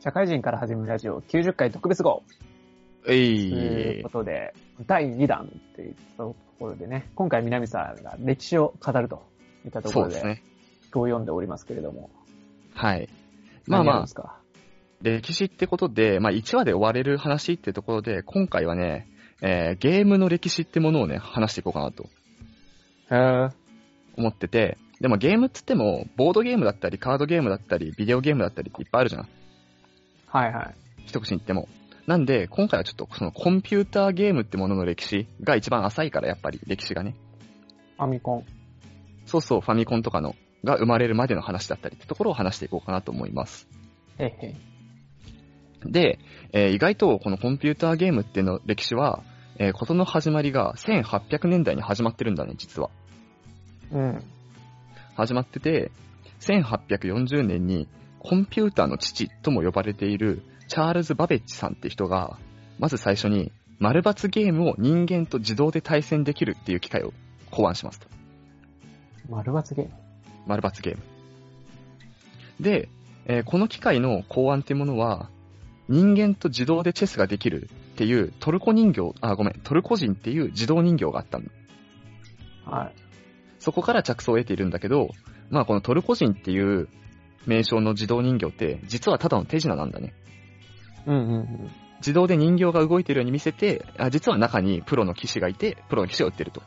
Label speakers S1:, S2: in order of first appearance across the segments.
S1: 社会人から始めるラジオ90回特別号
S2: え
S1: という
S2: い
S1: こ。とで、第2弾っていうところでね、今回南さんが歴史を語るといったとこ
S2: そう
S1: ろ
S2: です
S1: で、
S2: ね。
S1: 今日読んでおりますけれども。
S2: はい。まあま
S1: 何やるん
S2: あ
S1: で、すか
S2: 歴史ってことで、まあ1話で終われる話ってところで、今回はね、えーゲームの歴史ってものをね、話していこうかなと
S1: へ
S2: 思ってて、でもゲームっつっても、ボードゲームだったり、カードゲームだったり、ビデオゲームだったりっていっぱいあるじゃん。
S1: はいはい。
S2: 一口に言っても。なんで、今回はちょっとそのコンピューターゲームってものの歴史が一番浅いから、やっぱり歴史がね。
S1: ファミコン。
S2: そうそう、ファミコンとかの、が生まれるまでの話だったりってところを話していこうかなと思います。
S1: へいへい。
S2: で、えー意外とこのコンピューターゲームっていうの歴史は、えーことの始まりが1800年代に始まってるんだね、実は。
S1: うん。
S2: 始まってて、1840年にコンピューターの父とも呼ばれているチャールズ・バベッジさんって人が、まず最初に、丸抜ゲームを人間と自動で対戦できるっていう機会を考案しますと。
S1: 丸抜ゲーム。
S2: 丸抜ゲーム。で、えーこの機械の考案っていうものは、人間と自動でチェスができるっていうトルコ人形、あ、ごめん、トルコ人っていう自動人形があったの。
S1: はい。
S2: そこから着想を得ているんだけど、まあこのトルコ人っていう名称の自動人形って、実はただの手品なんだね。
S1: うんうんうん。
S2: 自動で人形が動いてるように見せて、あ実は中にプロの騎士がいて、プロの騎士を売ってると。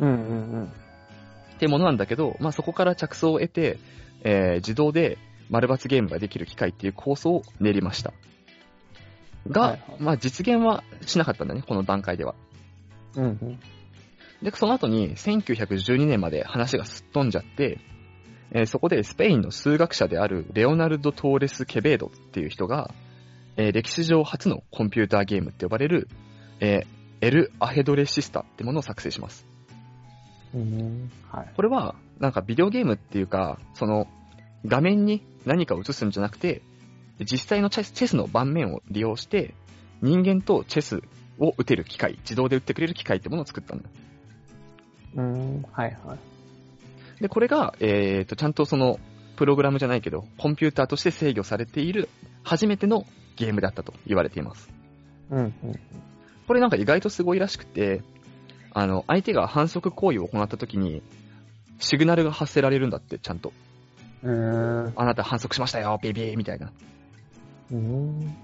S1: うんうんうん。
S2: ってものなんだけど、まあ、そこから着想を得て、えー自動で丸抜ゲームができる機械っていう構想を練りました。が、
S1: はいはい
S2: まあ、実現はしなかったんだね、この段階では。
S1: うんうん。
S2: で、その後に1912年まで話がすっ飛んじゃって、えーそこでスペインの数学者であるレオナルド・トーレス・ケベードっていう人が、えー歴史上初のコンピューターゲームって呼ばれる、えーエル・アヘドレシスタってものを作成します。
S1: うん。はい。
S2: これは、なんかビデオゲームっていうか、その、画面に何かを映すんじゃなくて、実際のチェスチェスの盤面を利用して、人間とチェスを打てる機械、自動で打ってくれる機械ってものを作ったんだ。
S1: うん。はいはい。
S2: で、これが、えーと、ちゃんとその、プログラムじゃないけど、コンピューターとして制御されている、初めてのゲームだったと言われています。
S1: うんうん。
S2: これなんか意外とすごいらしくて、あの、相手が反則行為を行った時に、シグナルが発せられるんだって、ちゃんと。
S1: う
S2: あなた反則しましたよ、ビビーみたいな。
S1: ーん。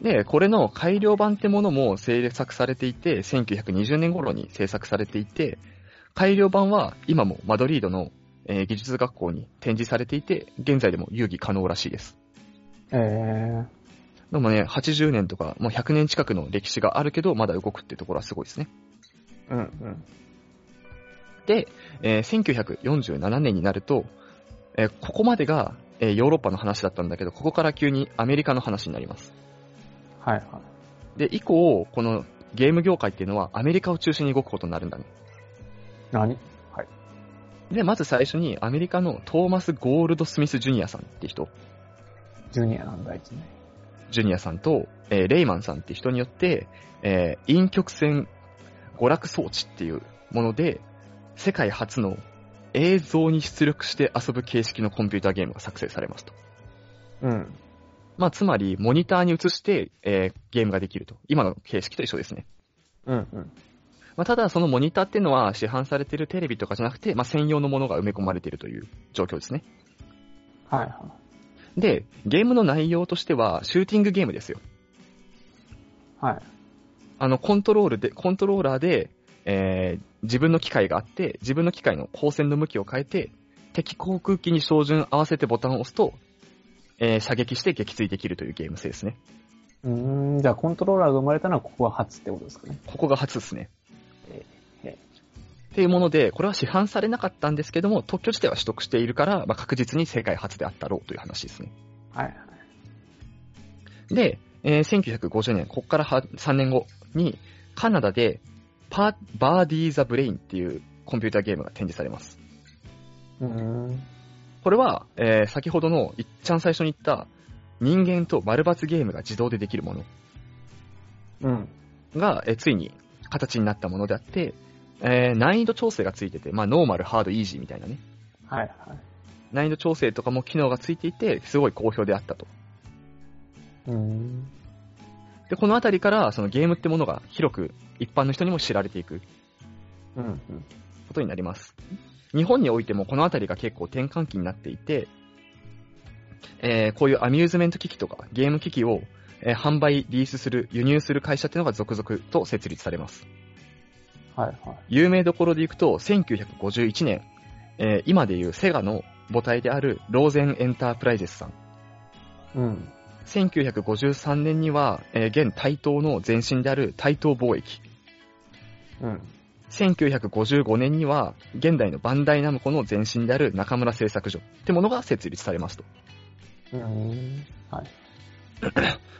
S2: で、これの改良版ってものも制作されていて、1920年頃に制作されていて、改良版は今もマドリードの、えー技術学校に展示されていて、現在でも遊戯可能らしいです。
S1: えー。
S2: でもね、80年とか、もう100年近くの歴史があるけど、まだ動くってところはすごいですね。
S1: うんうん。
S2: で、えー1947年になると、えーここまでが、えーヨーロッパの話だったんだけど、ここから急にアメリカの話になります。
S1: はいはい。
S2: で、以降、このゲーム業界っていうのはアメリカを中心に動くことになるんだね。
S1: 何
S2: で、まず最初にアメリカのトーマス・ゴールド・スミス・ジュニアさんって人、
S1: ジュニアなんだ、一年。
S2: ジュニアさんと、えーレイマンさんって人によって、えー陰極線娯楽装置っていうもので、世界初の映像に出力して遊ぶ形式のコンピューターゲームが作成されますと。
S1: うん。
S2: まあ、つまり、モニターに映して、えーゲームができると。今の形式と一緒ですね。
S1: うんうん。
S2: まあ、ただ、そのモニターっていうのは市販されてるテレビとかじゃなくて、まあ、専用のものが埋め込まれているという状況ですね。
S1: はいはい。
S2: で、ゲームの内容としては、シューティングゲームですよ。
S1: はい。
S2: あの、コントロールで、コントローラーで、えー自分の機械があって、自分の機械の光線の向きを変えて、敵航空機に照準合わせてボタンを押すと、えー射撃して撃墜できるというゲーム性ですね。
S1: うーん、じゃあコントローラーが生まれたのはここは初ってことですかね。
S2: ここが初ですね。
S1: へえ
S2: っていうもので、これは市販されなかったんですけども、特許自体は取得しているから、まあ、確実に世界初であったろうという話ですね。
S1: はいはい。
S2: で、えー1950年、ここからは3年後に、カナダでパー、バーディー・ザ・ブレインっていうコンピューターゲームが展示されます。
S1: うーん。
S2: これは、えー先ほどのいっちゃん最初に言った、人間と丸抜ゲームが自動でできるもの
S1: うん。
S2: が、えーついに形になったものであって、えー難易度調整がついてて、まあ、ノーマル、ハード、イージーみたいなね。
S1: はいはい。
S2: 難易度調整とかも機能がついていて、すごい好評であったと。
S1: うん。
S2: で、このあたりから、そのゲームってものが広く一般の人にも知られていく
S1: うん。
S2: ことになります。日本においてもこのあたりが結構転換期になっていて、えーこういうアミューズメント機器とかゲーム機器を、えー販売、リースする、輸入する会社っていうのが続々と設立されます。
S1: はいはい。
S2: 有名どころでいくと、1951年、えー今でいうセガの母体であるローゼンエンタープライゼスさん。
S1: うん。
S2: 1953年には、えー現台東の前身である台東貿易。
S1: うん。
S2: 1955年には、現代のバンダイナムコの前身である中村製作所ってものが設立されますと。
S1: うん。はい。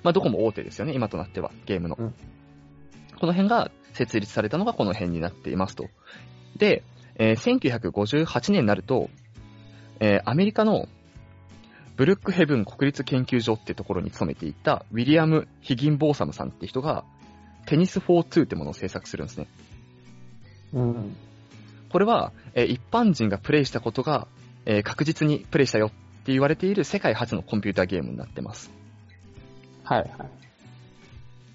S2: まあ、どこも大手ですよね、今となっては、ゲームの。
S1: うん
S2: この辺が設立されたのがこの辺になっていますと。で、えー1958年になると、えーアメリカのブルックヘブン国立研究所ってところに勤めていたウィリアム・ヒギンボーサムさんって人が、テニス42ってものを制作するんですね。
S1: うん。
S2: これは、えー一般人がプレイしたことが、えー確実にプレイしたよって言われている世界初のコンピューターゲームになってます。
S1: はいはい。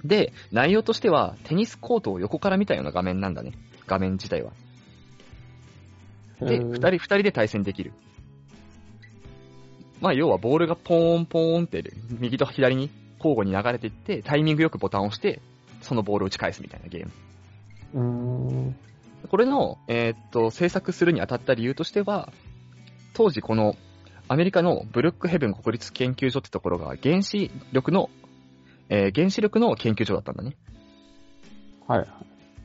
S2: で、内容としては、テニスコートを横から見たような画面なんだね。画面自体は。で、
S1: うん
S2: 二人、二人で対戦できる。まあ、要はボールがポーンポーンって、右と左に交互に流れていって、タイミングよくボタンを押して、そのボールを打ち返すみたいなゲーム。
S1: うん。
S2: これの、えーっと、制作するにあたった理由としては、当時この、アメリカのブルックヘブン国立研究所ってところが原子力の、えー原子力の研究所だったんだね。
S1: はいはい。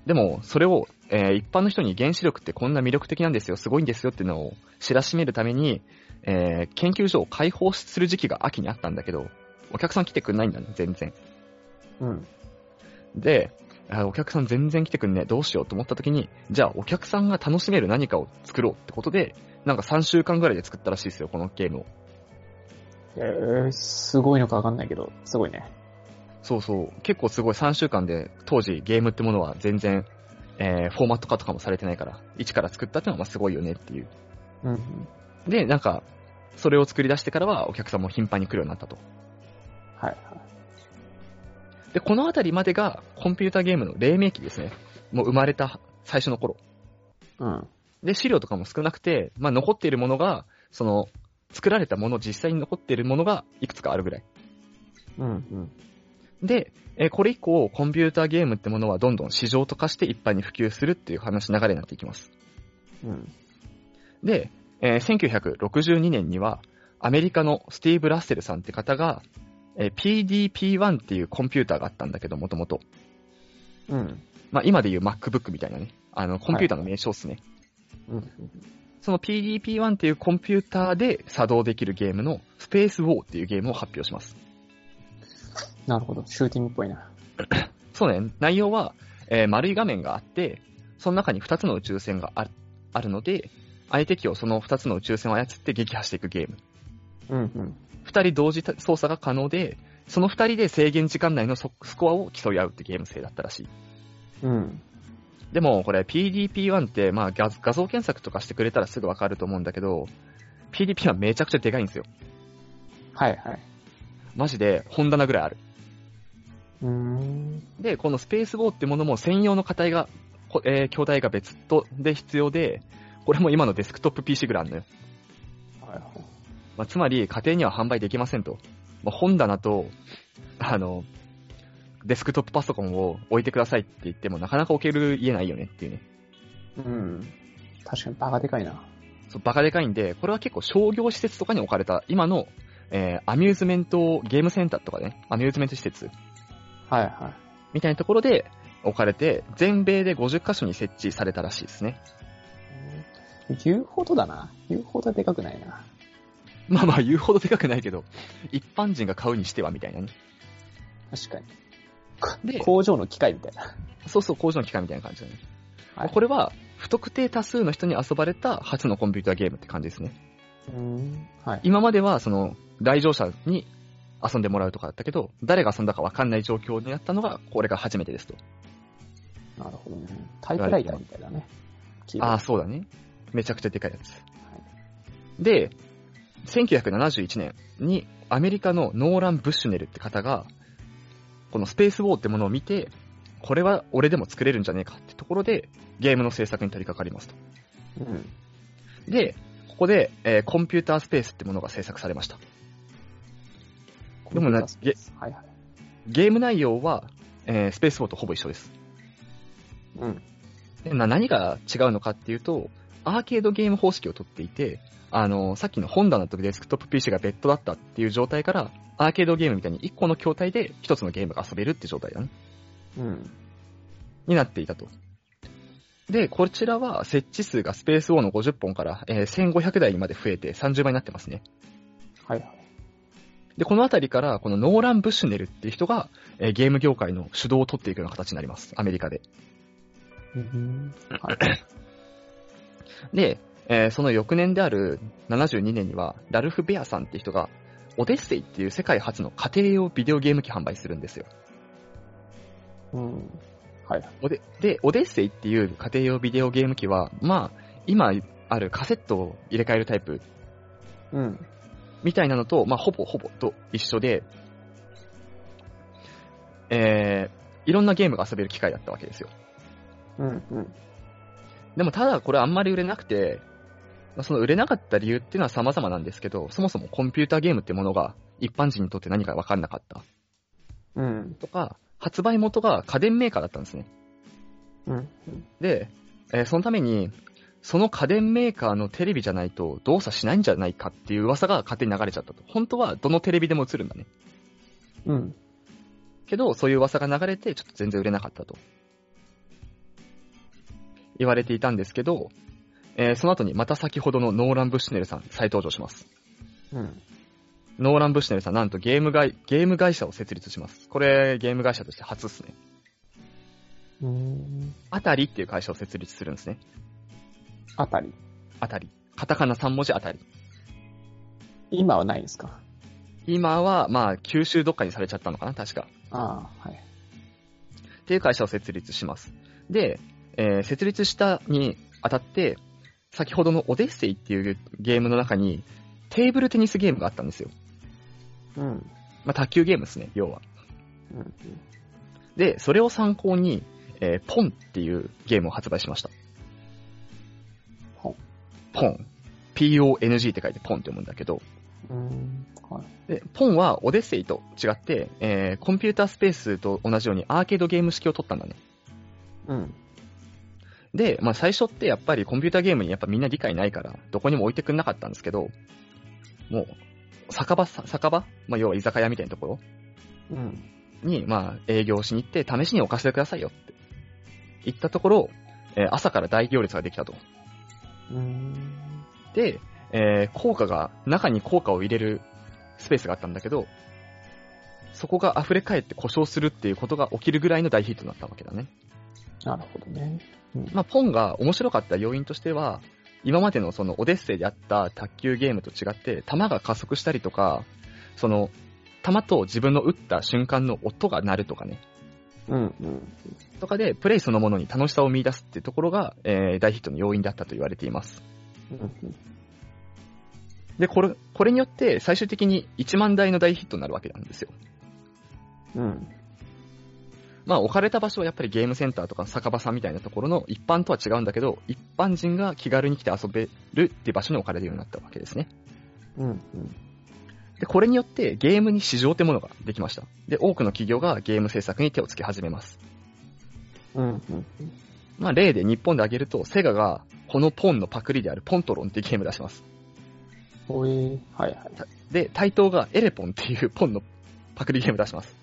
S2: でも、それを、えー一般の人に原子力ってこんな魅力的なんですよ、すごいんですよっていうのを知らしめるために、えー研究所を開放する時期が秋にあったんだけど、お客さん来てくんないんだね、全然。
S1: うん。
S2: で、あお客さん全然来てくんねえ、どうしようと思った時に、じゃあお客さんが楽しめる何かを作ろうってことで、なんか3週間ぐらいで作ったらしいですよ、このゲームを。
S1: えー、すごいのかわかんないけど、すごいね。
S2: そうそう、結構すごい3週間で、当時ゲームってものは全然、えーフォーマット化とかもされてないから、一から作ったってのはまあすごいよねっていう。
S1: うん。
S2: で、なんか、それを作り出してからはお客さんも頻繁に来るようになったと。
S1: はいはい。
S2: で、このあたりまでがコンピューターゲームの黎明期ですね。もう生まれた最初の頃。
S1: うん。
S2: で、資料とかも少なくて、まあ残っているものが、その、作られたもの、実際に残っているものがいくつかあるぐらい。
S1: うんうん。
S2: で、えーこれ以降、コンピューターゲームってものはどんどん市場と化して一般に普及するっていう話、流れになっていきます。
S1: うん。
S2: で、えー1962年には、アメリカのスティーブ・ラッセルさんって方が、えー PDP-1 っていうコンピューターがあったんだけど、もともと。
S1: うん。
S2: まあ、今でいう MacBook みたいなね。あの、コンピューターの名称っすね。
S1: うん。
S2: その PDP-1 っていうコンピューターで作動できるゲームの、スペース・ウォーっていうゲームを発表します。
S1: なるほど。シューティングっぽいな。
S2: そうね、内容は、えー丸い画面があって、その中に2つの宇宙船があるあるので、相手機をその2つの宇宙船を操って撃破していくゲーム。
S1: うんうん。
S2: 2人同時操作が可能で、その2人で制限時間内のソスコアを競い合うってゲーム性だったらしい。
S1: うん。
S2: でもこれ PDP-1 って、まあ、画画像検索とかしてくれたらすぐわかると思うんだけど、PDP-1 めちゃくちゃでかいんですよ。
S1: はいはい。
S2: マジで本棚ぐらいある。
S1: うーん。
S2: で、このスペースボーってものも専用の課体が、こえー筐体が別とで必要で、これも今のデスクトップ PC ぐらいあるのよ。
S1: はいはい。
S2: まあ、つまり家庭には販売できませんと。まあ、本棚と、あの、デスクトップパソコンを置いてくださいって言ってもなかなか置ける家ないよねっていうね。
S1: うん。確かにバカでかいな。
S2: そうバカでかいんで、これは結構商業施設とかに置かれた、今の、えーアミューズメントゲームセンターとかね、アミューズメント施設
S1: はいは
S2: みたいなところで置かれて、全米で50カ所に設置されたらしいですね。
S1: い。言うほどだな。言うほどはでかくないな。
S2: まあまあ言うほどでかくないけど、一般人が買うにしてはみたいなね。
S1: 確かに。
S2: で、
S1: 工場の機械みたいな。
S2: そうそう工場の機械みたいな感じだね。
S1: はい
S2: これは、不特定多数の人に遊ばれた初のコンピューターゲームって感じですね。
S1: うーん。はい。
S2: 今までは、その、来場者に遊んでもらうとかだったけど、誰が遊んだかわかんない状況になったのが、これが初めてですと。
S1: なるほどね。タイプライターみたいだね。
S2: ああ、そうだね。めちゃくちゃでかいやつ。
S1: い
S2: で、 1971年にアメリカのノーラン・ブッシュネルって方が、このスペースウォーってものを見て、これは俺でも作れるんじゃねえかってところで、ゲームの制作に取り掛かりますと。
S1: うん。
S2: で、ここで、えーコンピュータースペースってものが制作されました。でもな
S1: コンピュータースペースはいはい。
S2: ゲーム内容は、えースペースウォーとほぼ一緒です。
S1: うん。
S2: でな何が違うのかっていうと、アーケードゲーム方式をとっていて、あの、さっきの本棚とデスクトップ PC が別途だったっていう状態から、アーケードゲームみたいに1個の筐体で1つのゲームが遊べるって状態だね。
S1: うん。
S2: になっていたと。で、こちらは設置数がスペースウォーの50本から、えー1500台にまで増えて30倍になってますね。
S1: はいはい。
S2: で、このあたりから、このノーラン・ブッシュネルっていう人が、えーゲーム業界の主導を取っていくような形になります。アメリカで。
S1: うん。はい。
S2: で、えーその翌年である72年には、ラルフ・ベアさんっていう人が、オデッセイっていう世界初の家庭用ビデオゲーム機販売するんですよ。
S1: うん。はいはい。
S2: おで、で、オデッセイっていう家庭用ビデオゲーム機は、まあ、今あるカセットを入れ替えるタイプ
S1: うん。
S2: みたいなのと、まあ、ほぼほぼと一緒で、えーいろんなゲームが遊べる機械だったわけですよ。
S1: うん。うん。
S2: でもただこれあんまり売れなくて、まあその売れなかった理由っていうのは様々なんですけど、そもそもコンピューターゲームってものが一般人にとって何か分かんなかった
S1: うん。
S2: とか、発売元が家電メーカーだったんですね。
S1: うん。
S2: で、えーそのために、その家電メーカーのテレビじゃないと動作しないんじゃないかっていう噂が勝手に流れちゃったと。本当はどのテレビでも映るんだね。
S1: うん。
S2: けど、そういう噂が流れて、ちょっと全然売れなかったと。言われていたんですけど、えーその後にまた先ほどのノーラン・ブッシュネルさん再登場します。
S1: うん。
S2: ノーラン・ブッシュネルさん、なんとゲーム会、ゲーム会社を設立します。これ、ゲーム会社として初っすね。
S1: うん。
S2: あたりっていう会社を設立するんですね。
S1: あたり。
S2: あたり。カタカナ3文字あたり。
S1: 今はないですか
S2: 今は、まあ、九州どっかにされちゃったのかな、確か。
S1: ああ、はい。
S2: っていう会社を設立します。で、えー設立したにあたって、先ほどのオデッセイっていうゲームの中に、テーブルテニスゲームがあったんですよ。
S1: うん。
S2: まあ、卓球ゲームですね、要は。
S1: うん。
S2: で、それを参考に、えーポンっていうゲームを発売しました。
S1: ポン
S2: ポン。P-O-N-G って書いてポンって読むんだけど、
S1: うん。はい。
S2: で、ポンはオデッセイと違って、えーコンピュータースペースと同じようにアーケードゲーム式を取ったんだね。
S1: うん。
S2: で、まあ最初ってやっぱりコンピューターゲームにやっぱみんな理解ないから、どこにも置いてくんなかったんですけど、もう、酒場、さ酒場まあ要は居酒屋みたいなところ
S1: うん。
S2: に、まあ営業しに行って、試しに置かせてくださいよって。言ったところ、えー朝から大行列ができたと。
S1: うん。
S2: で、えー効果が、中に効果を入れるスペースがあったんだけど、そこが溢れ返って故障するっていうことが起きるぐらいの大ヒットになったわけだね。
S1: なるほどね。
S2: まあ、ポンが面白かった要因としては、今までのそのオデッセイであった卓球ゲームと違って、球が加速したりとか、その、球と自分の打った瞬間の音が鳴るとかね、
S1: うん。うん。
S2: とかで、プレイそのものに楽しさを見出すっていうところが、えー大ヒットの要因だったと言われています。
S1: うん。
S2: で、これ、これによって最終的に1万台の大ヒットになるわけなんですよ。
S1: うん。
S2: まあ、置かれた場所はやっぱりゲームセンターとか酒場さんみたいなところの一般とは違うんだけど、一般人が気軽に来て遊べるっていう場所に置かれるようになったわけですね。
S1: うん。
S2: で、これによってゲームに市場ってものができました。で、多くの企業がゲーム制作に手をつけ始めます。
S1: うん。うん。
S2: まあ、例で日本で挙げると、セガがこのポンのパクリであるポントロンっていうゲーム出します。
S1: おい。はいはい。
S2: で、対等がエレポンっていう ポンのパクリゲーム出します。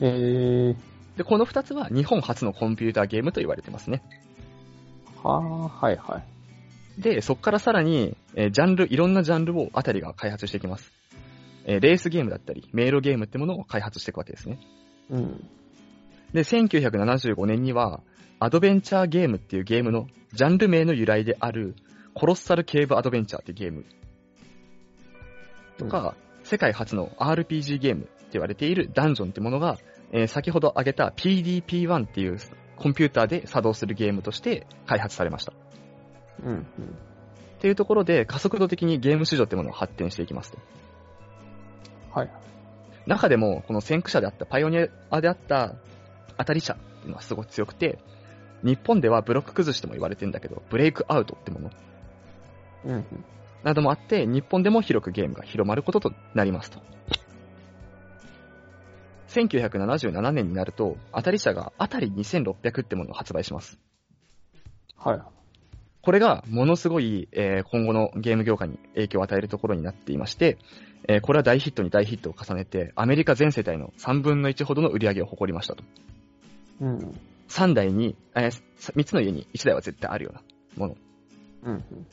S1: えー。
S2: で、この二つは日本初のコンピューターゲームと言われてますね。
S1: はあ、はいはい。
S2: で、そっからさらに、えージャンル、いろんなジャンルをあたりが開発していきます。えーレースゲームだったり、迷路ゲームってものを開発していくわけですね。
S1: うん。
S2: で、1975年には、アドベンチャーゲームっていうゲームのジャンル名の由来である、コロッサルケーブアドベンチャーっていうゲームとか、世界初の RPG ゲームって言われているダンジョンってものが、えー先ほど挙げた PDP-1 っていうコンピューターで作動するゲームとして開発されました。っ
S1: うん。
S2: てっていうところで加速度的にゲーム市場ってものが発展していきますと。
S1: はい。
S2: 中でも、この先駆者であった、パイオニアであった、当たり者っていうのはすごい強くて、日本ではブロック崩しとも言われてんだけど、ブレイクアウトってもの
S1: うんうん。
S2: などもあって、日本でも広くゲームが広まることとなりますと。1977年になると、当たり社が当たり2600ってものを発売します。
S1: はい。
S2: これがものすごい、えー今後のゲーム業界に影響を与えるところになっていまして、えーこれは大ヒットに大ヒットを重ねて、アメリカ全世帯の3分の1ほどの売り上げを誇りましたと。
S1: うん。
S2: 3台に、え3つの家に1台は絶対あるようなもの。
S1: うんうん。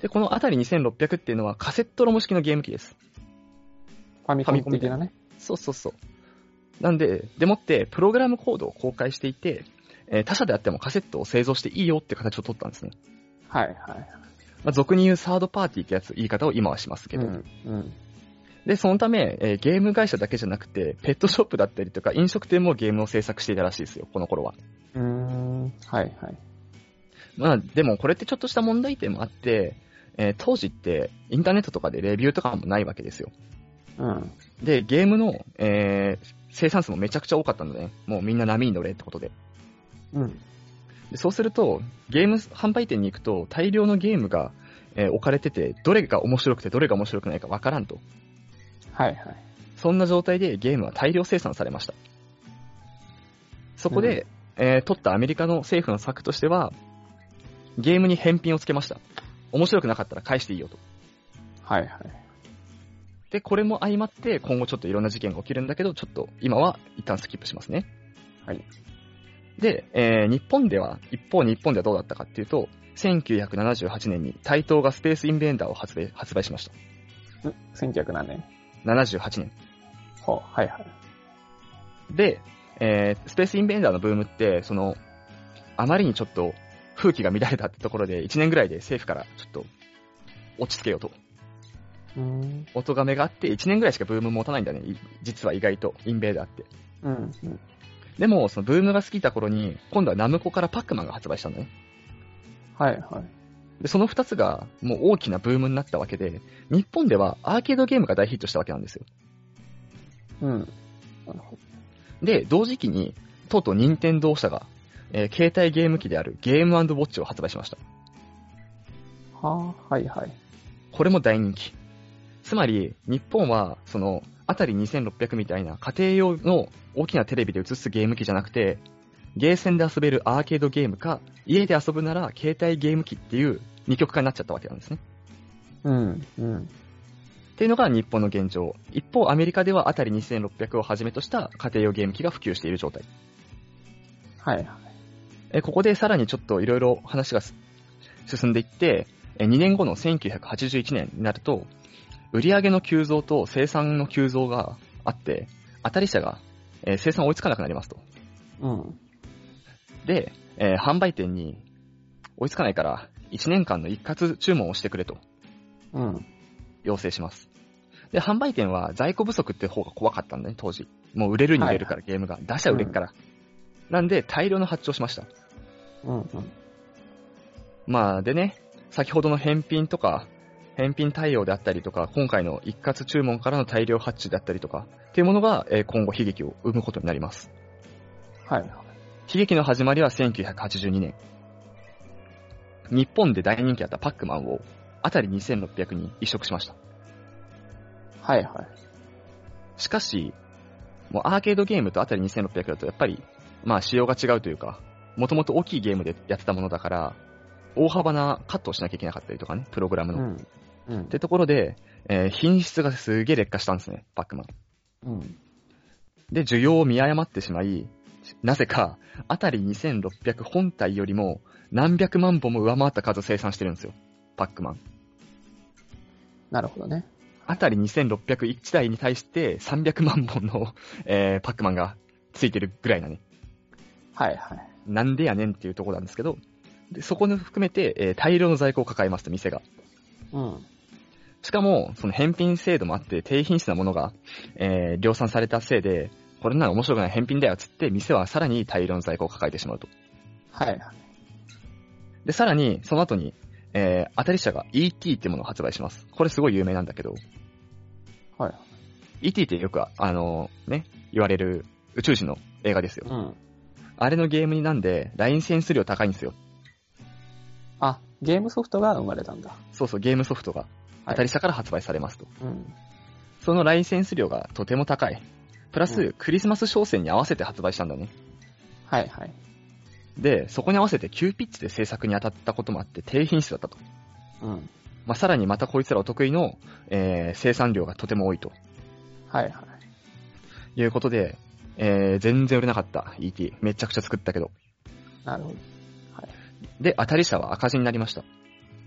S2: で、このあたり2600っていうのはカセットロム式のゲーム機です。
S1: ファミコン的なね。
S2: そうそうそう。なんで、でもって、プログラムコードを公開していて、えー他社であってもカセットを製造していいよって形を取ったんですね。
S1: はいはい。
S2: まあ、俗に言うサードパーティーってやつ、言い方を今はしますけど。
S1: うん。うん。
S2: で、そのため、えーゲーム会社だけじゃなくて、ペットショップだったりとか、飲食店もゲームを制作していたらしいですよ、この頃は。
S1: うーん。はいはい。
S2: まあ、でもこれってちょっとした問題点もあって、えー当時って、インターネットとかでレビューとかもないわけですよ。
S1: うん。
S2: で、ゲームの、えー生産数もめちゃくちゃ多かったので、もうみんな波に乗れってことで。
S1: うん。
S2: でそうすると、ゲーム販売店に行くと、大量のゲームが、えー置かれてて、どれが面白くてどれが面白くないかわからんと。
S1: はいはい。
S2: そんな状態でゲームは大量生産されました。そこで、えー取ったアメリカの政府の策としては、ゲームに返品をつけました。面白くなかったら返していいよと。
S1: はいはい。
S2: で、これも相まって、今後ちょっといろんな事件が起きるんだけど、ちょっと今は一旦スキップしますね。
S1: はい。
S2: で、えー日本では、一方日本ではどうだったかっていうと、1978年に台東がスペースインベンダーを発売発売しました。
S1: ん ?1900 何年
S2: 78年。
S1: ほう。はいはい。
S2: で、えースペースインベンダーのブームって、その、あまりにちょっと風紀が乱れたってところで、1年ぐらいで政府からちょっと落ち着けようと。
S1: うん。
S2: お咎めがあって、1年ぐらいしかブーム持たないんだね。い実は意外と、インベーダーって。
S1: うん。
S2: でも、そのブームが過ぎた頃に、今度はナムコからパックマンが発売したんだね。
S1: はいはい。
S2: で、その二つが、もう大きなブームになったわけで、日本ではアーケードゲームが大ヒットしたわけなんですよ。
S1: うん。なるほ
S2: で、同時期に、とうとう任天堂社が、えー携帯ゲーム機であるゲームウォッチを発売しました。
S1: ど。はあ、はいはい。
S2: これも大人気。つまり、日本は、その、あたり2600みたいな家庭用の大きなテレビで映すゲーム機じゃなくて、ゲーセンで遊べるアーケードゲームか、家で遊ぶなら携帯ゲーム機っていう二極化になっちゃったわけなんですね。
S1: うん。うん。
S2: っていうのが日本の現状。一方、アメリカではあたり2600をはじめとした家庭用ゲーム機が普及している状態。
S1: はいはい。
S2: えここでさらにちょっといろいろ話がす進んでいって、え2年後の1981年になると、売上の急増と生産の急増があって、当たり者が、えー生産追いつかなくなりますと。
S1: うん。
S2: で、えー販売店に追いつかないから1年間の一括注文をしてくれと
S1: うん。
S2: 要請します。で、販売店は在庫不足って方が怖かったんだね、当時。もう売れるに売れるから、ゲームが。出しゃ売れっから。なんで、大量の発注をしました。
S1: うん。
S2: まあ、でね、先ほどの返品とか、返品対応であったりとか、今回の一括注文からの大量発注であったりとか、っていうものが、えー今後悲劇を生むことになります。
S1: はいはい。
S2: 悲劇の始まりは1982年。日本で大人気だったパックマンを、あたり2600に移植しました。
S1: はいはい。
S2: しかし、もうアーケードゲームとあたり2600だとやっぱり、まあ仕様が違うというか、もともと大きいゲームでやってたものだから、大幅なカットをしなきゃいけなかったりとかね、プログラム
S1: う
S2: の。っ
S1: ん。うん。
S2: てところで、えー品質がすげえ劣化したんですね、パックマン。
S1: うん。
S2: で、需要を見誤ってしまい、なぜか、あたり2600本体よりも何百万本も上回った数を生産してるんですよ、パックマン。
S1: なるほどね。
S2: あたり2601台に対して300万本の、えーパックマンがついてるぐらいなね、
S1: はいはい。
S2: なんでやねんっていうところなんですけど、でそこに含めて、えー大量の在庫を抱えますと、店が。
S1: うん。
S2: しかも、その返品制度もあって、低品質なものが、えー量産されたせいで、これなら面白くない返品だよっつって、店はさらに大量の在庫を抱えてしまうと。
S1: はいはい。
S2: で、さらに、その後に、えー、当たり社が ET ってものを発売します。これすごい有名なんだけど、
S1: はい。
S2: ET ってよく、あのね、言われる宇宙人の映画ですよ。
S1: うん。
S2: あれのゲームになんで、ラインセンス量高いんですよ。
S1: あ、ゲームソフトが生まれたんだ。
S2: そうそう、ゲームソフトが当たり社から発売されますと。
S1: うん。
S2: そのライセンス量がとても高い。プラ
S1: う
S2: ス、クリスマス商戦に合わせて発売したんだね。
S1: はいはい。
S2: で、そこに合わせて急ピッチで制作に当たったこともあって低品質だったと。
S1: うん。
S2: まあ、さらにまたこいつらお得意の、えー生産量がとても多いと
S1: はいはい。
S2: いうことで、えー全然売れなかった ET。めちゃくちゃ作ったけど。
S1: なるほ
S2: で、当たり社は赤字になりました。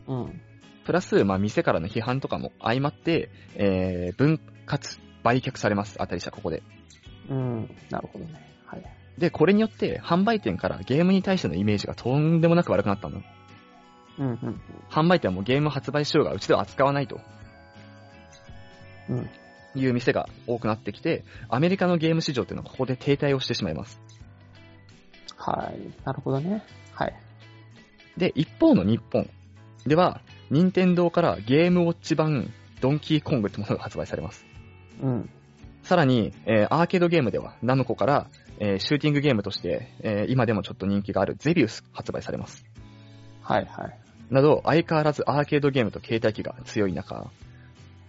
S1: ど。うん。
S2: プラス、まあ、店からの批判とかも相まって、えー分割、売却されます。当たり社、ここで。
S1: うん。なるほどね。はい。
S2: で、これによって、販売店からゲームに対してのイメージがとんでもなく悪くなったの。
S1: うんうん
S2: 販売店はもうゲーム発売しようがうちでは扱わないと
S1: うん。うん。
S2: いう店が多くなってきて、アメリカのゲーム市場っていうのはここで停滞をしてしまいます。
S1: はい。なるほどね。はい。
S2: で、一方の日本では、任天堂からゲームウォッチ版ドンキーコングってものが発売されます。
S1: うん。
S2: さらに、えーアーケードゲームではナムコから、えーシューティングゲームとして、えー今でもちょっと人気があるゼビウス発売されます。
S1: はいはい。
S2: など、相変わらずアーケードゲームと携帯機が強い中、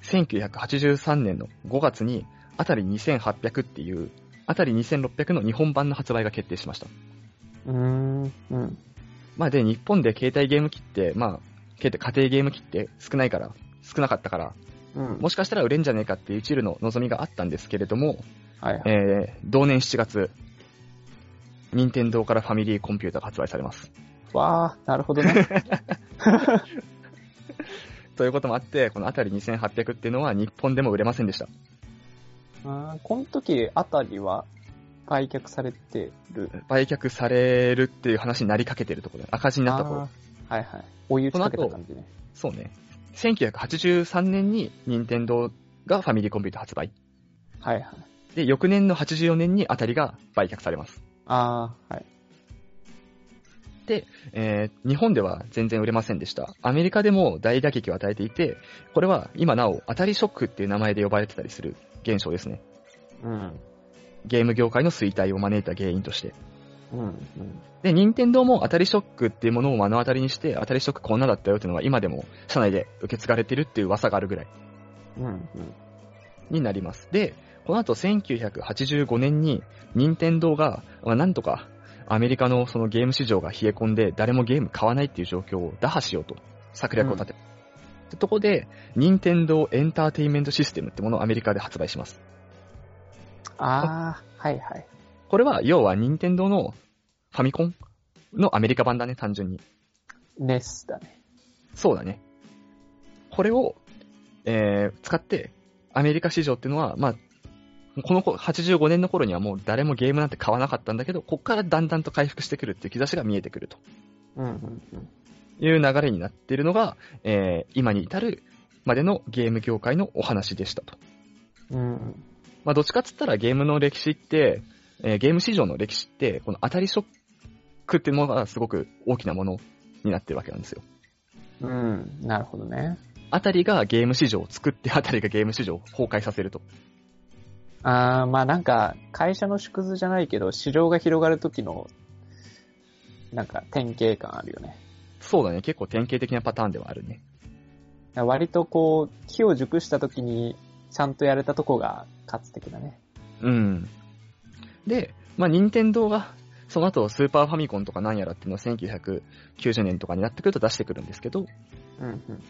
S2: 1983年の5月に、あたり2800っていう、あたり2600の日本版の発売が決定しました。
S1: うーん。うん。
S2: まあで、日本で携帯ゲーム機って、まあ、携帯家庭ゲーム機って少ないから、少なかったから、
S1: うん。
S2: もしかしたら売れんじゃねえかっていう一縷の望みがあったんですけれども、
S1: はいはい。
S2: えー、同年7月、任天堂からファミリーコンピュータが発売されます。
S1: わあ、なるほどね。
S2: ということもあって、このあたり2800っていうのは日本でも売れませんでした。
S1: あーこの時あたりは売却されてる。
S2: 売却されるっていう話になりかけてるところ、赤字になった頃。
S1: あーはいはい。追い打ちかけた感じね。
S2: そうね。1983年に任天堂がファミリーコンピュータ発売。
S1: はいはい。
S2: で、翌年の84年にあたりが売却されます。
S1: ああ、はい。
S2: えー、日本では全然売れませんでした。アメリカでも大打撃を与えていて、これは今なお、当たりショックっていう名前で呼ばれてたりする現象ですね。
S1: うん。
S2: ゲーム業界の衰退を招いた原因として。
S1: うん。うん。
S2: で、任天堂も当たりショックっていうものを目の当たりにして、当たりショックこんなだったよっていうのは今でも社内で受け継がれてるっていう噂があるぐらい。
S1: うん。うん。
S2: になります。で、この後1985年に、任天堂が、まあ、なんとか、アメリカのそのゲーム市場が冷え込んで、誰もゲーム買わないっていう状況を打破しようと、策略を立てる。ってとこで、任天堂エンターテインメントシステムってものをアメリカで発売します。
S1: ああ、はいはい。
S2: これは、要は任天堂のファミコンのアメリカ版だね、単純に。
S1: ネスだね。
S2: そうだね。これを、えー、使って、アメリカ市場っていうのは、まあ、この頃85年の頃にはもう誰もゲームなんて買わなかったんだけど、こっからだんだんと回復してくるっていう兆しが見えてくると
S1: うんうんうん。
S2: いう流れになっているのが、えー、今に至るまでのゲーム業界のお話でしたと。
S1: うん。
S2: まあ、どっちかっつったらゲームの歴史って、えーゲーム市場の歴史って、この当たりショックっていうものがすごく大きなものになってるわけなんですよ。
S1: うん。なるほどね。
S2: あたりがゲーム市場を作って、あたりがゲーム市場を崩壊させると。
S1: ああ、まあなんか、会社の縮図じゃないけど、市場が広がる時の、なんか典型感あるよね。
S2: そうだね、結構典型的なパターンではあるね。
S1: 割とこう、木を熟した時に、ちゃんとやれたとこが、勝つ的だね。
S2: うん。で、まあ、任天堂が、その後、スーパーファミコンとかなんやらっていうのを1990年とかになってくると出してくるんですけど、
S1: うんうん。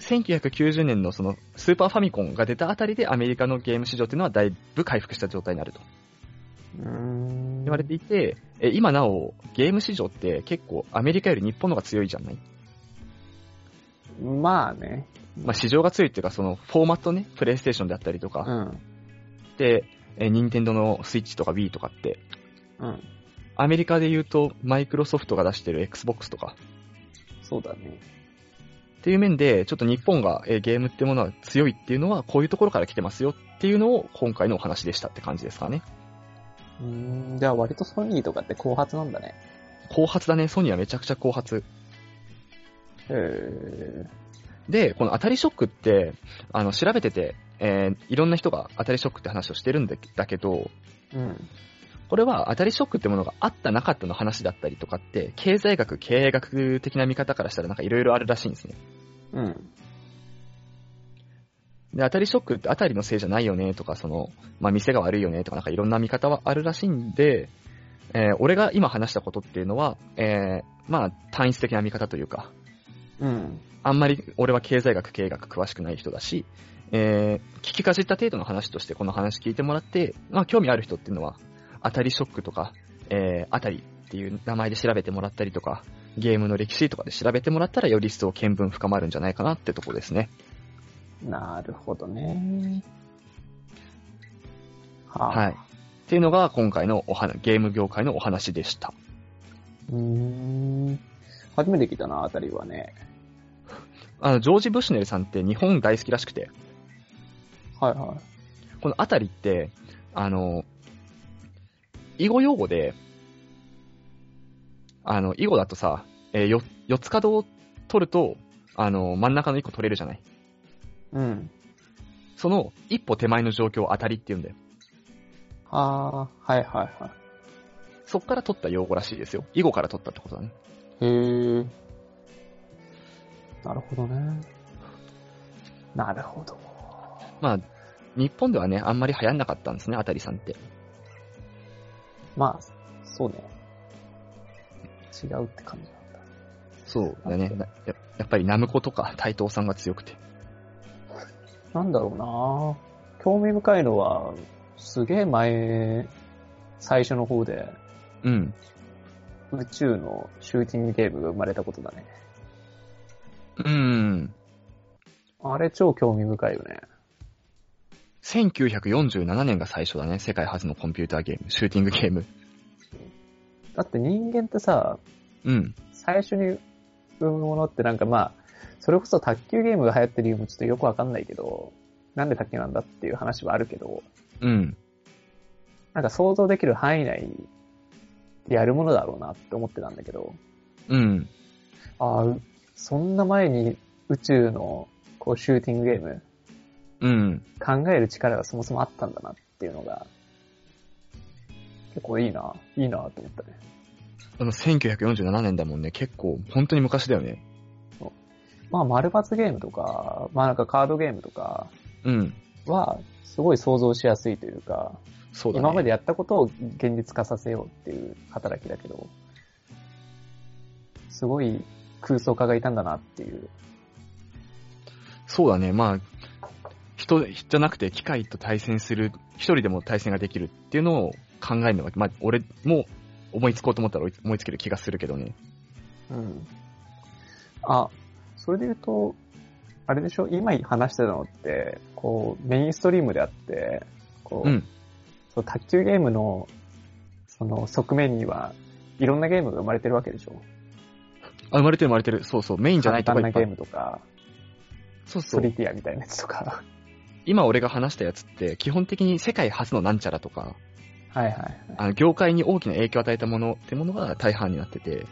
S2: 1990年のその、スーパーファミコンが出たあたりでアメリカのゲーム市場っていうのはだいぶ回復した状態になると
S1: うーん。
S2: 言われていて、え今なお、ゲーム市場って結構アメリカより日本の方が強いじゃない
S1: まあね。
S2: まあ、市場が強いっていうか、その、フォーマットね、プレイステーションであったりと
S1: う
S2: か、
S1: ん。
S2: で、え任天堂のスイッチとか Wii とかって、
S1: うん。
S2: アメリカで言うと、マイクロソフトが出してる Xbox とか、
S1: そうだね。
S2: っていう面で、ちょっと日本がえーゲームってものは強いっていうのは、こういうところから来てますよっていうのを、今回のお話でしたって感じですかね。
S1: うーん。じゃあ割とソニーとかって後発なんだね。
S2: 後発だね、ソニーはめちゃくちゃ後発。
S1: へえ。
S2: で、この当たりショックって、あの、調べてて、えーいろんな人が当たりショックって話をしてるんだだけど、
S1: うん。
S2: これは当たりショックってものがあったなかったの話だったりとかって、経済学、経営学的な見方からしたらなんかいろいろあるらしいんですね。
S1: うん。
S2: で、当たりショックって当たりのせいじゃないよねとか、その、まあ、店が悪いよねとか、なんかいろんな見方はあるらしいんで、えー俺が今話したことっていうのは、えーまあ、単一的な見方というか、
S1: うん。
S2: あんまり俺は経済学、経営学詳しくない人だし、えー聞きかじった程度の話としてこの話聞いてもらって、まあ、興味ある人っていうのは、当たりショックとか、えー、当たりっていう名前で調べてもらったりとか、ゲームの歴史とかで調べてもらったら、より一層見聞深まるんじゃないかなってとこですね。
S1: なるほどね。はあ
S2: はい。っていうのが今回のお話、ゲーム業界のお話でした。
S1: うーん。初めて来たな、あたりはね。
S2: あの、ジョージ・ブッシュネルさんって日本大好きらしくて、
S1: はいは
S2: このあたりって、あの、囲碁用語で、あの、囲碁だとさ、えーよ、四つ角を取ると、あの、真ん中の一個取れるじゃない。
S1: い。うん。
S2: その一歩手前の状況を当たりって言うんだよ。
S1: ああ、はいはいは
S2: そっから取った用語らしいですよ。囲碁から取ったってことだね。
S1: い。へえ。なるほどね。なるほど。
S2: まあ、日本ではね、あんまり流行んなかったんですね、あたりさんって。
S1: まあ、そうね。違うって感じなんだ。
S2: そうだね。なややっぱりナムコとか 台東さんが強くて。
S1: なんだろうな興味深いのは、すげえ前、最初の方で、
S2: うん。
S1: 宇宙のシューティングゲームが生まれたことだね。
S2: うん。
S1: あれ超興味深いよね。
S2: 1947年が最初だね。世界初のコンピューターゲーム、シューティングゲーム。
S1: だって人間ってさ、
S2: うん。
S1: 最初に生むものってなんかまあ、それこそ卓球ゲームが流行ってる理由もちょっとよくわかんないけど、なんで卓球なんだっていう話はあるけど、
S2: うん。
S1: なんか想像できる範囲内でやるものだろうなって思ってたんだけど、
S2: うん。
S1: ああ、うそんな前に宇宙のこうシューティングゲーム、
S2: うん。
S1: 考える力がそもそもあったんだなっていうのが、結構いいな、いいなと思ったね。
S2: あの、1947年だもんね。結構、本当に昔だよね。
S1: まあ、丸抜ゲームとか、まあなんかカードゲームとか、
S2: うん。
S1: は、すごい想像しやすいというか、
S2: そうだね。
S1: 今までやったことを現実化させようっていう働きだけど、すごい空想家がいたんだなっていう。
S2: そうだね。まあ、人じゃなくて機械と対戦する、一人でも対戦ができるっていうのを考えるのが、まあ、俺も思いつこうと思ったら思いつける気がするけどね。
S1: うん。あ、それで言うと、あれでしょ今話してたのって、こう、メインストリームであって、こう、
S2: うん。
S1: そう卓球ゲームの、その側面には、いろんなゲームが生まれてるわけでしょ
S2: あ、生まれてる生まれてる。そうそう。メインじゃないと
S1: 簡
S2: こ
S1: 単
S2: い
S1: な
S2: っ
S1: ゲ
S2: ぱ
S1: ームと
S2: い。
S1: か、
S2: そうそ
S1: ソリ
S2: う。
S1: ティアみたいなやつとか。
S2: 今俺が話したやつって、基本的に世界初のなんちゃらとか、
S1: はいはい。
S2: あの、業界に大きな影響を与えたものってものが大半になってて、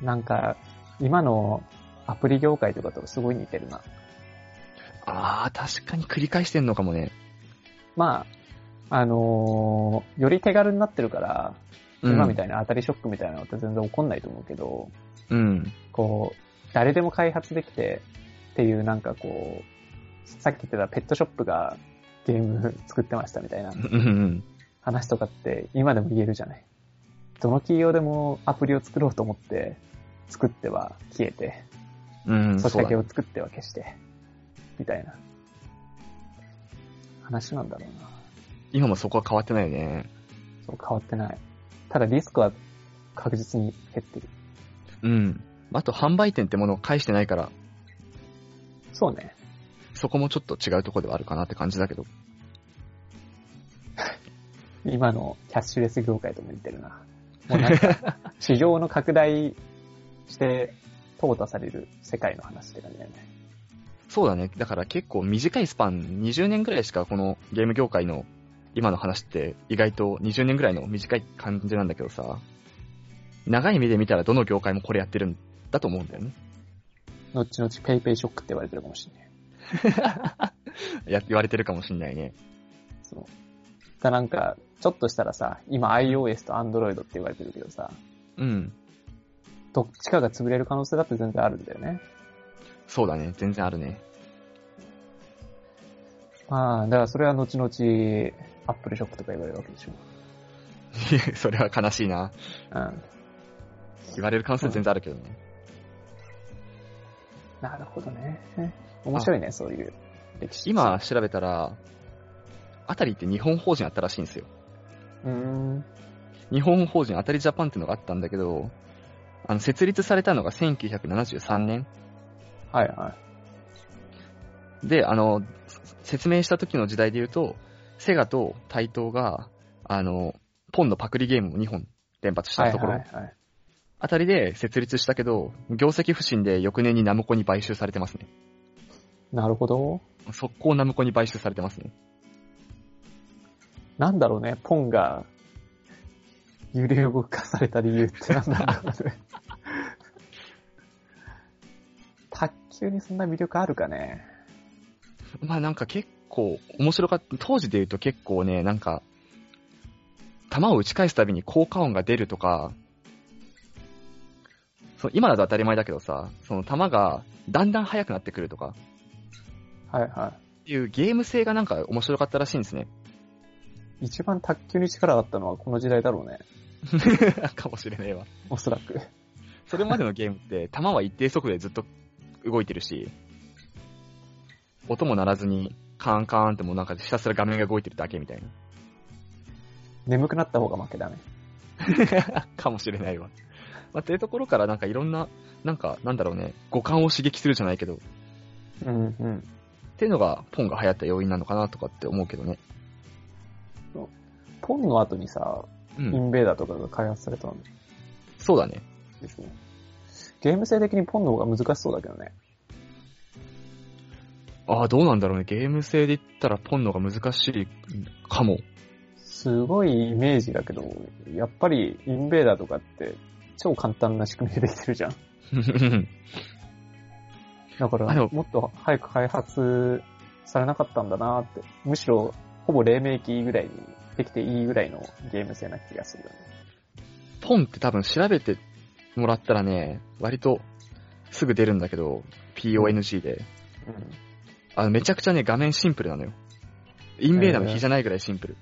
S1: なんか、今のアプリ業界とかとすごい似てるな。
S2: あー、確かに繰り返してんのかもね。
S1: まあ、あのーより手軽になってるから、今み
S2: い。
S1: たいな当たりショックみたいなのって全然起こんないと思うけど、
S2: うん。
S1: こう、誰でも開発できてっていうなんかこう、さっき言ってたペットショップがゲーム作ってましたみたいな
S2: うんうん
S1: 話とかって今でも言えるじゃない。どの企業でもアプリを作ろうと思って、作っては消えて、
S2: うん。うん、
S1: ソシ
S2: そう
S1: ャ
S2: だ
S1: ゲを作っては消して、みたいな話なんだろうな。
S2: 今もそこは変わってないよね。
S1: そう変わってない。ただリスクは確実に減ってる。
S2: うん。あと、販売店ってものを返してないから、
S1: そうね。
S2: そこもちょっと違うところではあるかなって感じだけど。
S1: 今のキャッシュレス業界とも似てるな。もうなんか、市場の拡大して、淘汰される世界の話って感じだよね。
S2: そうだね。だから結構短いスパン、20年ぐらいしかこのゲーム業界の今の話って意外と20年ぐらいの短い感じなんだけどさ、長い目で見たらどの業界もこれやってるんだと思うんだよね。
S1: 後々ペイペイショックって言われてるかもしれない。
S2: や、言われてるかもしんないね。
S1: そう。だなんか、ちょっとしたらさ、今 iOS と Android って言われてるけどさ、
S2: うん。
S1: どっちかが潰れる可能性だって全然あるんだよね。
S2: そうだね。全然あるね。
S1: まあ、だからそれは後々、Apple ショックとか言われるわけでしょ。
S2: それは悲しいな。
S1: うん。
S2: 言われる可能性全然あるけどね。
S1: なるほどね。面白いね、そういう歴史。、
S2: 今調べたら、あたりって日本法人あったらしいんですよ。
S1: うーん。
S2: 日本法人あたりジャパンってのがあったんだけど、あの、設立されたのが1973年。
S1: はいは
S2: で、あの、説明した時の時代で言うと、セガと対等が、あの、ポンのパクリゲームを2本連発し
S1: い。は
S2: た
S1: い
S2: ところ、
S1: はいはい。
S2: あたりで設立したけど、業績不振で翌年にナムコに買収されてますね。
S1: なるほど。
S2: 速攻ナムコに買収されてますね。
S1: なんだろうね、ポンが揺れ動かされた理由ってなんだろ うね。卓球にそんな魅力あるかね。
S2: まあなんか結構面白かった、当時で言うと結構ね、なんか、弾を打ち返すたびに効果音が出るとか、そう今だと当たり前だけどさ、その弾がだんだん速くなってくるとか、
S1: はいは
S2: っていうゲーム性がなんか面白かったらしいんですね。
S1: い。一番卓球に力があったのはこの時代だろうね。
S2: かもしれねえわ。
S1: おそらく。
S2: それまでのゲームって、弾は一定速度でずっと動いてるし、音も鳴らずに、カーンカーンってもうなんかひたすら画面が動いてるだけみたいな。
S1: 眠くなった方が負けだね。
S2: かもしれないわ。 まあ、というところからなんかいろんな、なんかなんだろうね、五感を刺激するじゃないけど、っ
S1: うんうん。
S2: ていうのがポンが流行った要因なのかなとかって思うけどね。
S1: ポンの後にさ、
S2: う
S1: イ
S2: ん。
S1: ンベーダーとかが開発されたん
S2: そうだね。
S1: ですね。ゲーム性的にポンの方が難しそうだけどね。
S2: ああ、どうなんだろうね。ゲーム性で言ったらポンの方が難しいかも。
S1: すごいイメージだけど、やっぱりインベーダーとかって超簡単な仕組みでできてるじゃん。だか
S2: あで
S1: ら、
S2: も
S1: もっと早く開発されなかったんだなって。むしろ、ほぼ黎明期ぐらいにできていいぐらいのゲーム性な気がするよね。
S2: ポンって多分調べてもらったらね、割とすぐ出るんだけど、PONG で。あの、めちゃくちゃね、画面シンプルなのよ。インベーダーの比じゃないぐらいシンプル。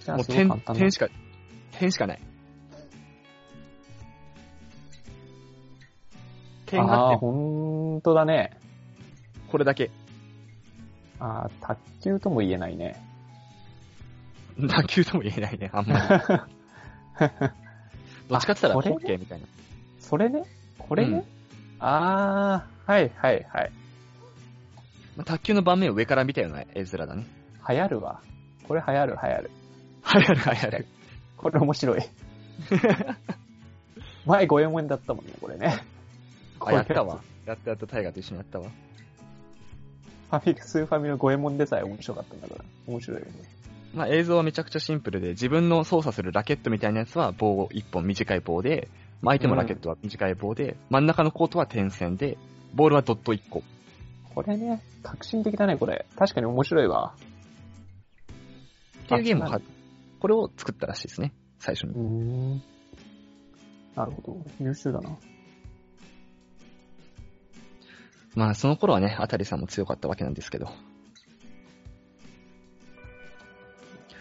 S1: じゃあ
S2: もう
S1: すごい
S2: 点
S1: 簡、単な
S2: 点しか、点しかない。点があ
S1: あ
S2: っ
S1: あ、
S2: て、
S1: ほんとだね。
S2: これだけ。
S1: ああ、卓球とも言えないね。
S2: 打球とも言えないね、あんまり。 どっちかって言った
S1: あ
S2: ら、ホ
S1: これ
S2: ッケーみたいな。
S1: それねこれね、ああ、はいはいはい。
S2: まあ、卓球の盤面を上から見たような絵面だね。
S1: 流行るわ。これ流行る流行る。
S2: 流行る 流行る。
S1: これ面 白い。前五円円だったもんね、これね。こ
S2: あ、
S1: れ
S2: やったわ。やったやった、タイガーと一緒にやったわ。
S1: ファミ、スーファミの五右衛門でさえ面白かったんだから。面白いよね。
S2: まあ、映像はめちゃくちゃシンプルで、自分の操作するラケットみたいなやつは棒1本短い棒で、まあ、相手もラケットは短い棒で、真ん中のコートは点線で、ボールはドット1個。
S1: これね、革新的だね、これ。確かに面白いわ。
S2: っていうゲームを
S1: あ
S2: は、これを作ったらしいですね、最初
S1: う
S2: に。
S1: ーん。なるほど。優秀だな。
S2: まあ、その頃はね、あたりさんも強かったわけなんですけど。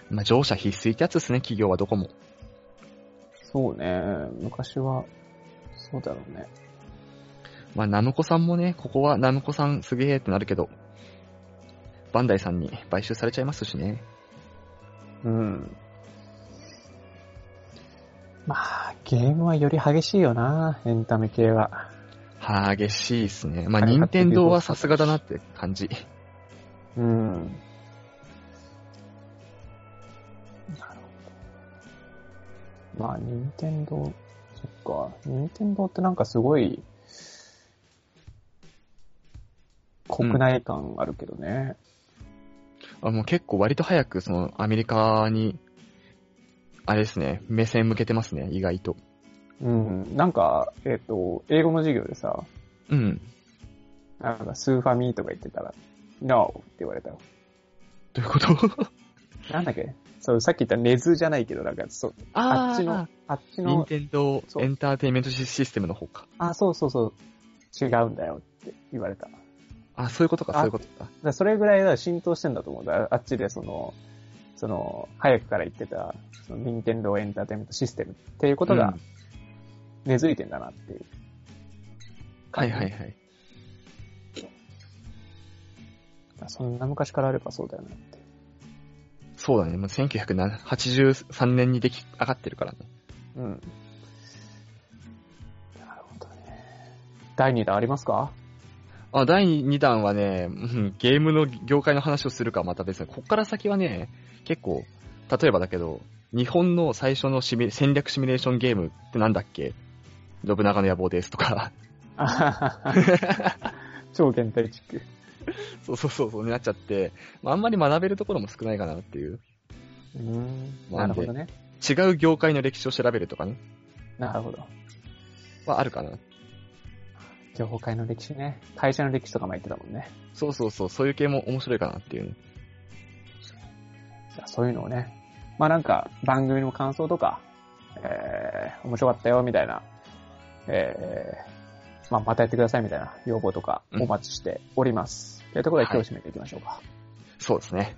S2: まあ、乗車必須ってやつですね、企業はどこも。
S1: そうね。昔は、そうだろうね。
S2: まあ、ナムコさんもね、ここはナムコさんすげえってなるけど、バンダイさんに買収されちゃいますしね。
S1: うん。まあ、ゲームはより激しいよな、エンタメ系は。
S2: 激しいっすね。まあ、
S1: はい
S2: 任天堂はさすがだなって感じ。
S1: うん。なるほど。まあ、任天堂、そっか。任天堂ってなんかすごい、国内感あるけどね。
S2: あもう結構割と早く、その、アメリカに、あれですね、目線向けてますね、意外と。
S1: うん。なんか、えっ、と、英語の授業でさ、
S2: うん。
S1: なんか、スーファミとか言ってたら、No! って言われたよ。
S2: どういうこと
S1: なんだっけそう、さっき言ったネズじゃないけど、なんか、そう、あっちの、あっち
S2: 任
S1: の、
S2: 天堂エンターテインメントシステムの方か。
S1: あ、そうそうそう、違うんだよって言われた。だか
S2: あ、そういうことか、
S1: あ
S2: そういうことか。
S1: らそれぐらいだから浸透してんだと思うんだ。あっちでその、その、早くから言ってた、その、任天堂エンターテインメントシステムっていうことが
S2: うん
S1: 根付いてんだなっていう。
S2: はいはいはい。
S1: そんな昔からあればそうだよなって。
S2: そうだね。もう1983年に出来上がってるからね。
S1: うん。なるほどね。第2弾あります か
S2: あ、第2弾はね、うんゲームの業界の話をするかはまた別に、こっから先はね、結構、例えばだけど、日本の最初のシミュ戦略シミュレーションゲームってなんだっけ信長の野望ですとか、
S1: あははは超現代チック。
S2: そうそうそうそうになっちゃって、まあ、あんまり学べるところも少ないかなっていう、
S1: うーん。な
S2: な
S1: ん
S2: で
S1: るほどね。
S2: 違う業界の歴史を調べるとかね、
S1: なるほど。
S2: はあるかな。
S1: 情報界の歴史ね。会社の歴史とかも言ってたもんね。
S2: そうそうそう、そういう系も面白いかなっていうね。
S1: じゃあそういうのをね。まあなんか、番組の感想とか、えー、面白かったよ、みたいな。えー、まあまたやってください、みたいな要望とかお待ちしております。というところで今日締めていきましょうか。
S2: そうですね。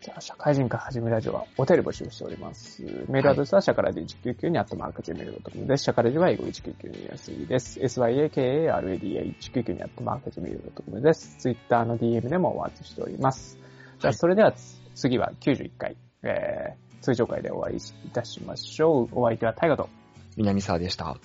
S1: じゃあ、社会人から始めるラジオはお便り募集しております。メールアドレスは、シャカラジ1992にアットマーク Gmail.com です。シャカラジは英語1992安いです。syakarada1992 にアットマーク Gmail.com です。ツイッターの DM でもお待ちしております。じゃ
S2: は
S1: あ、
S2: い
S1: それではつ次は91回、えー、通常回でお会いいたしましょう。お相手は大河と。
S2: 南沢でした。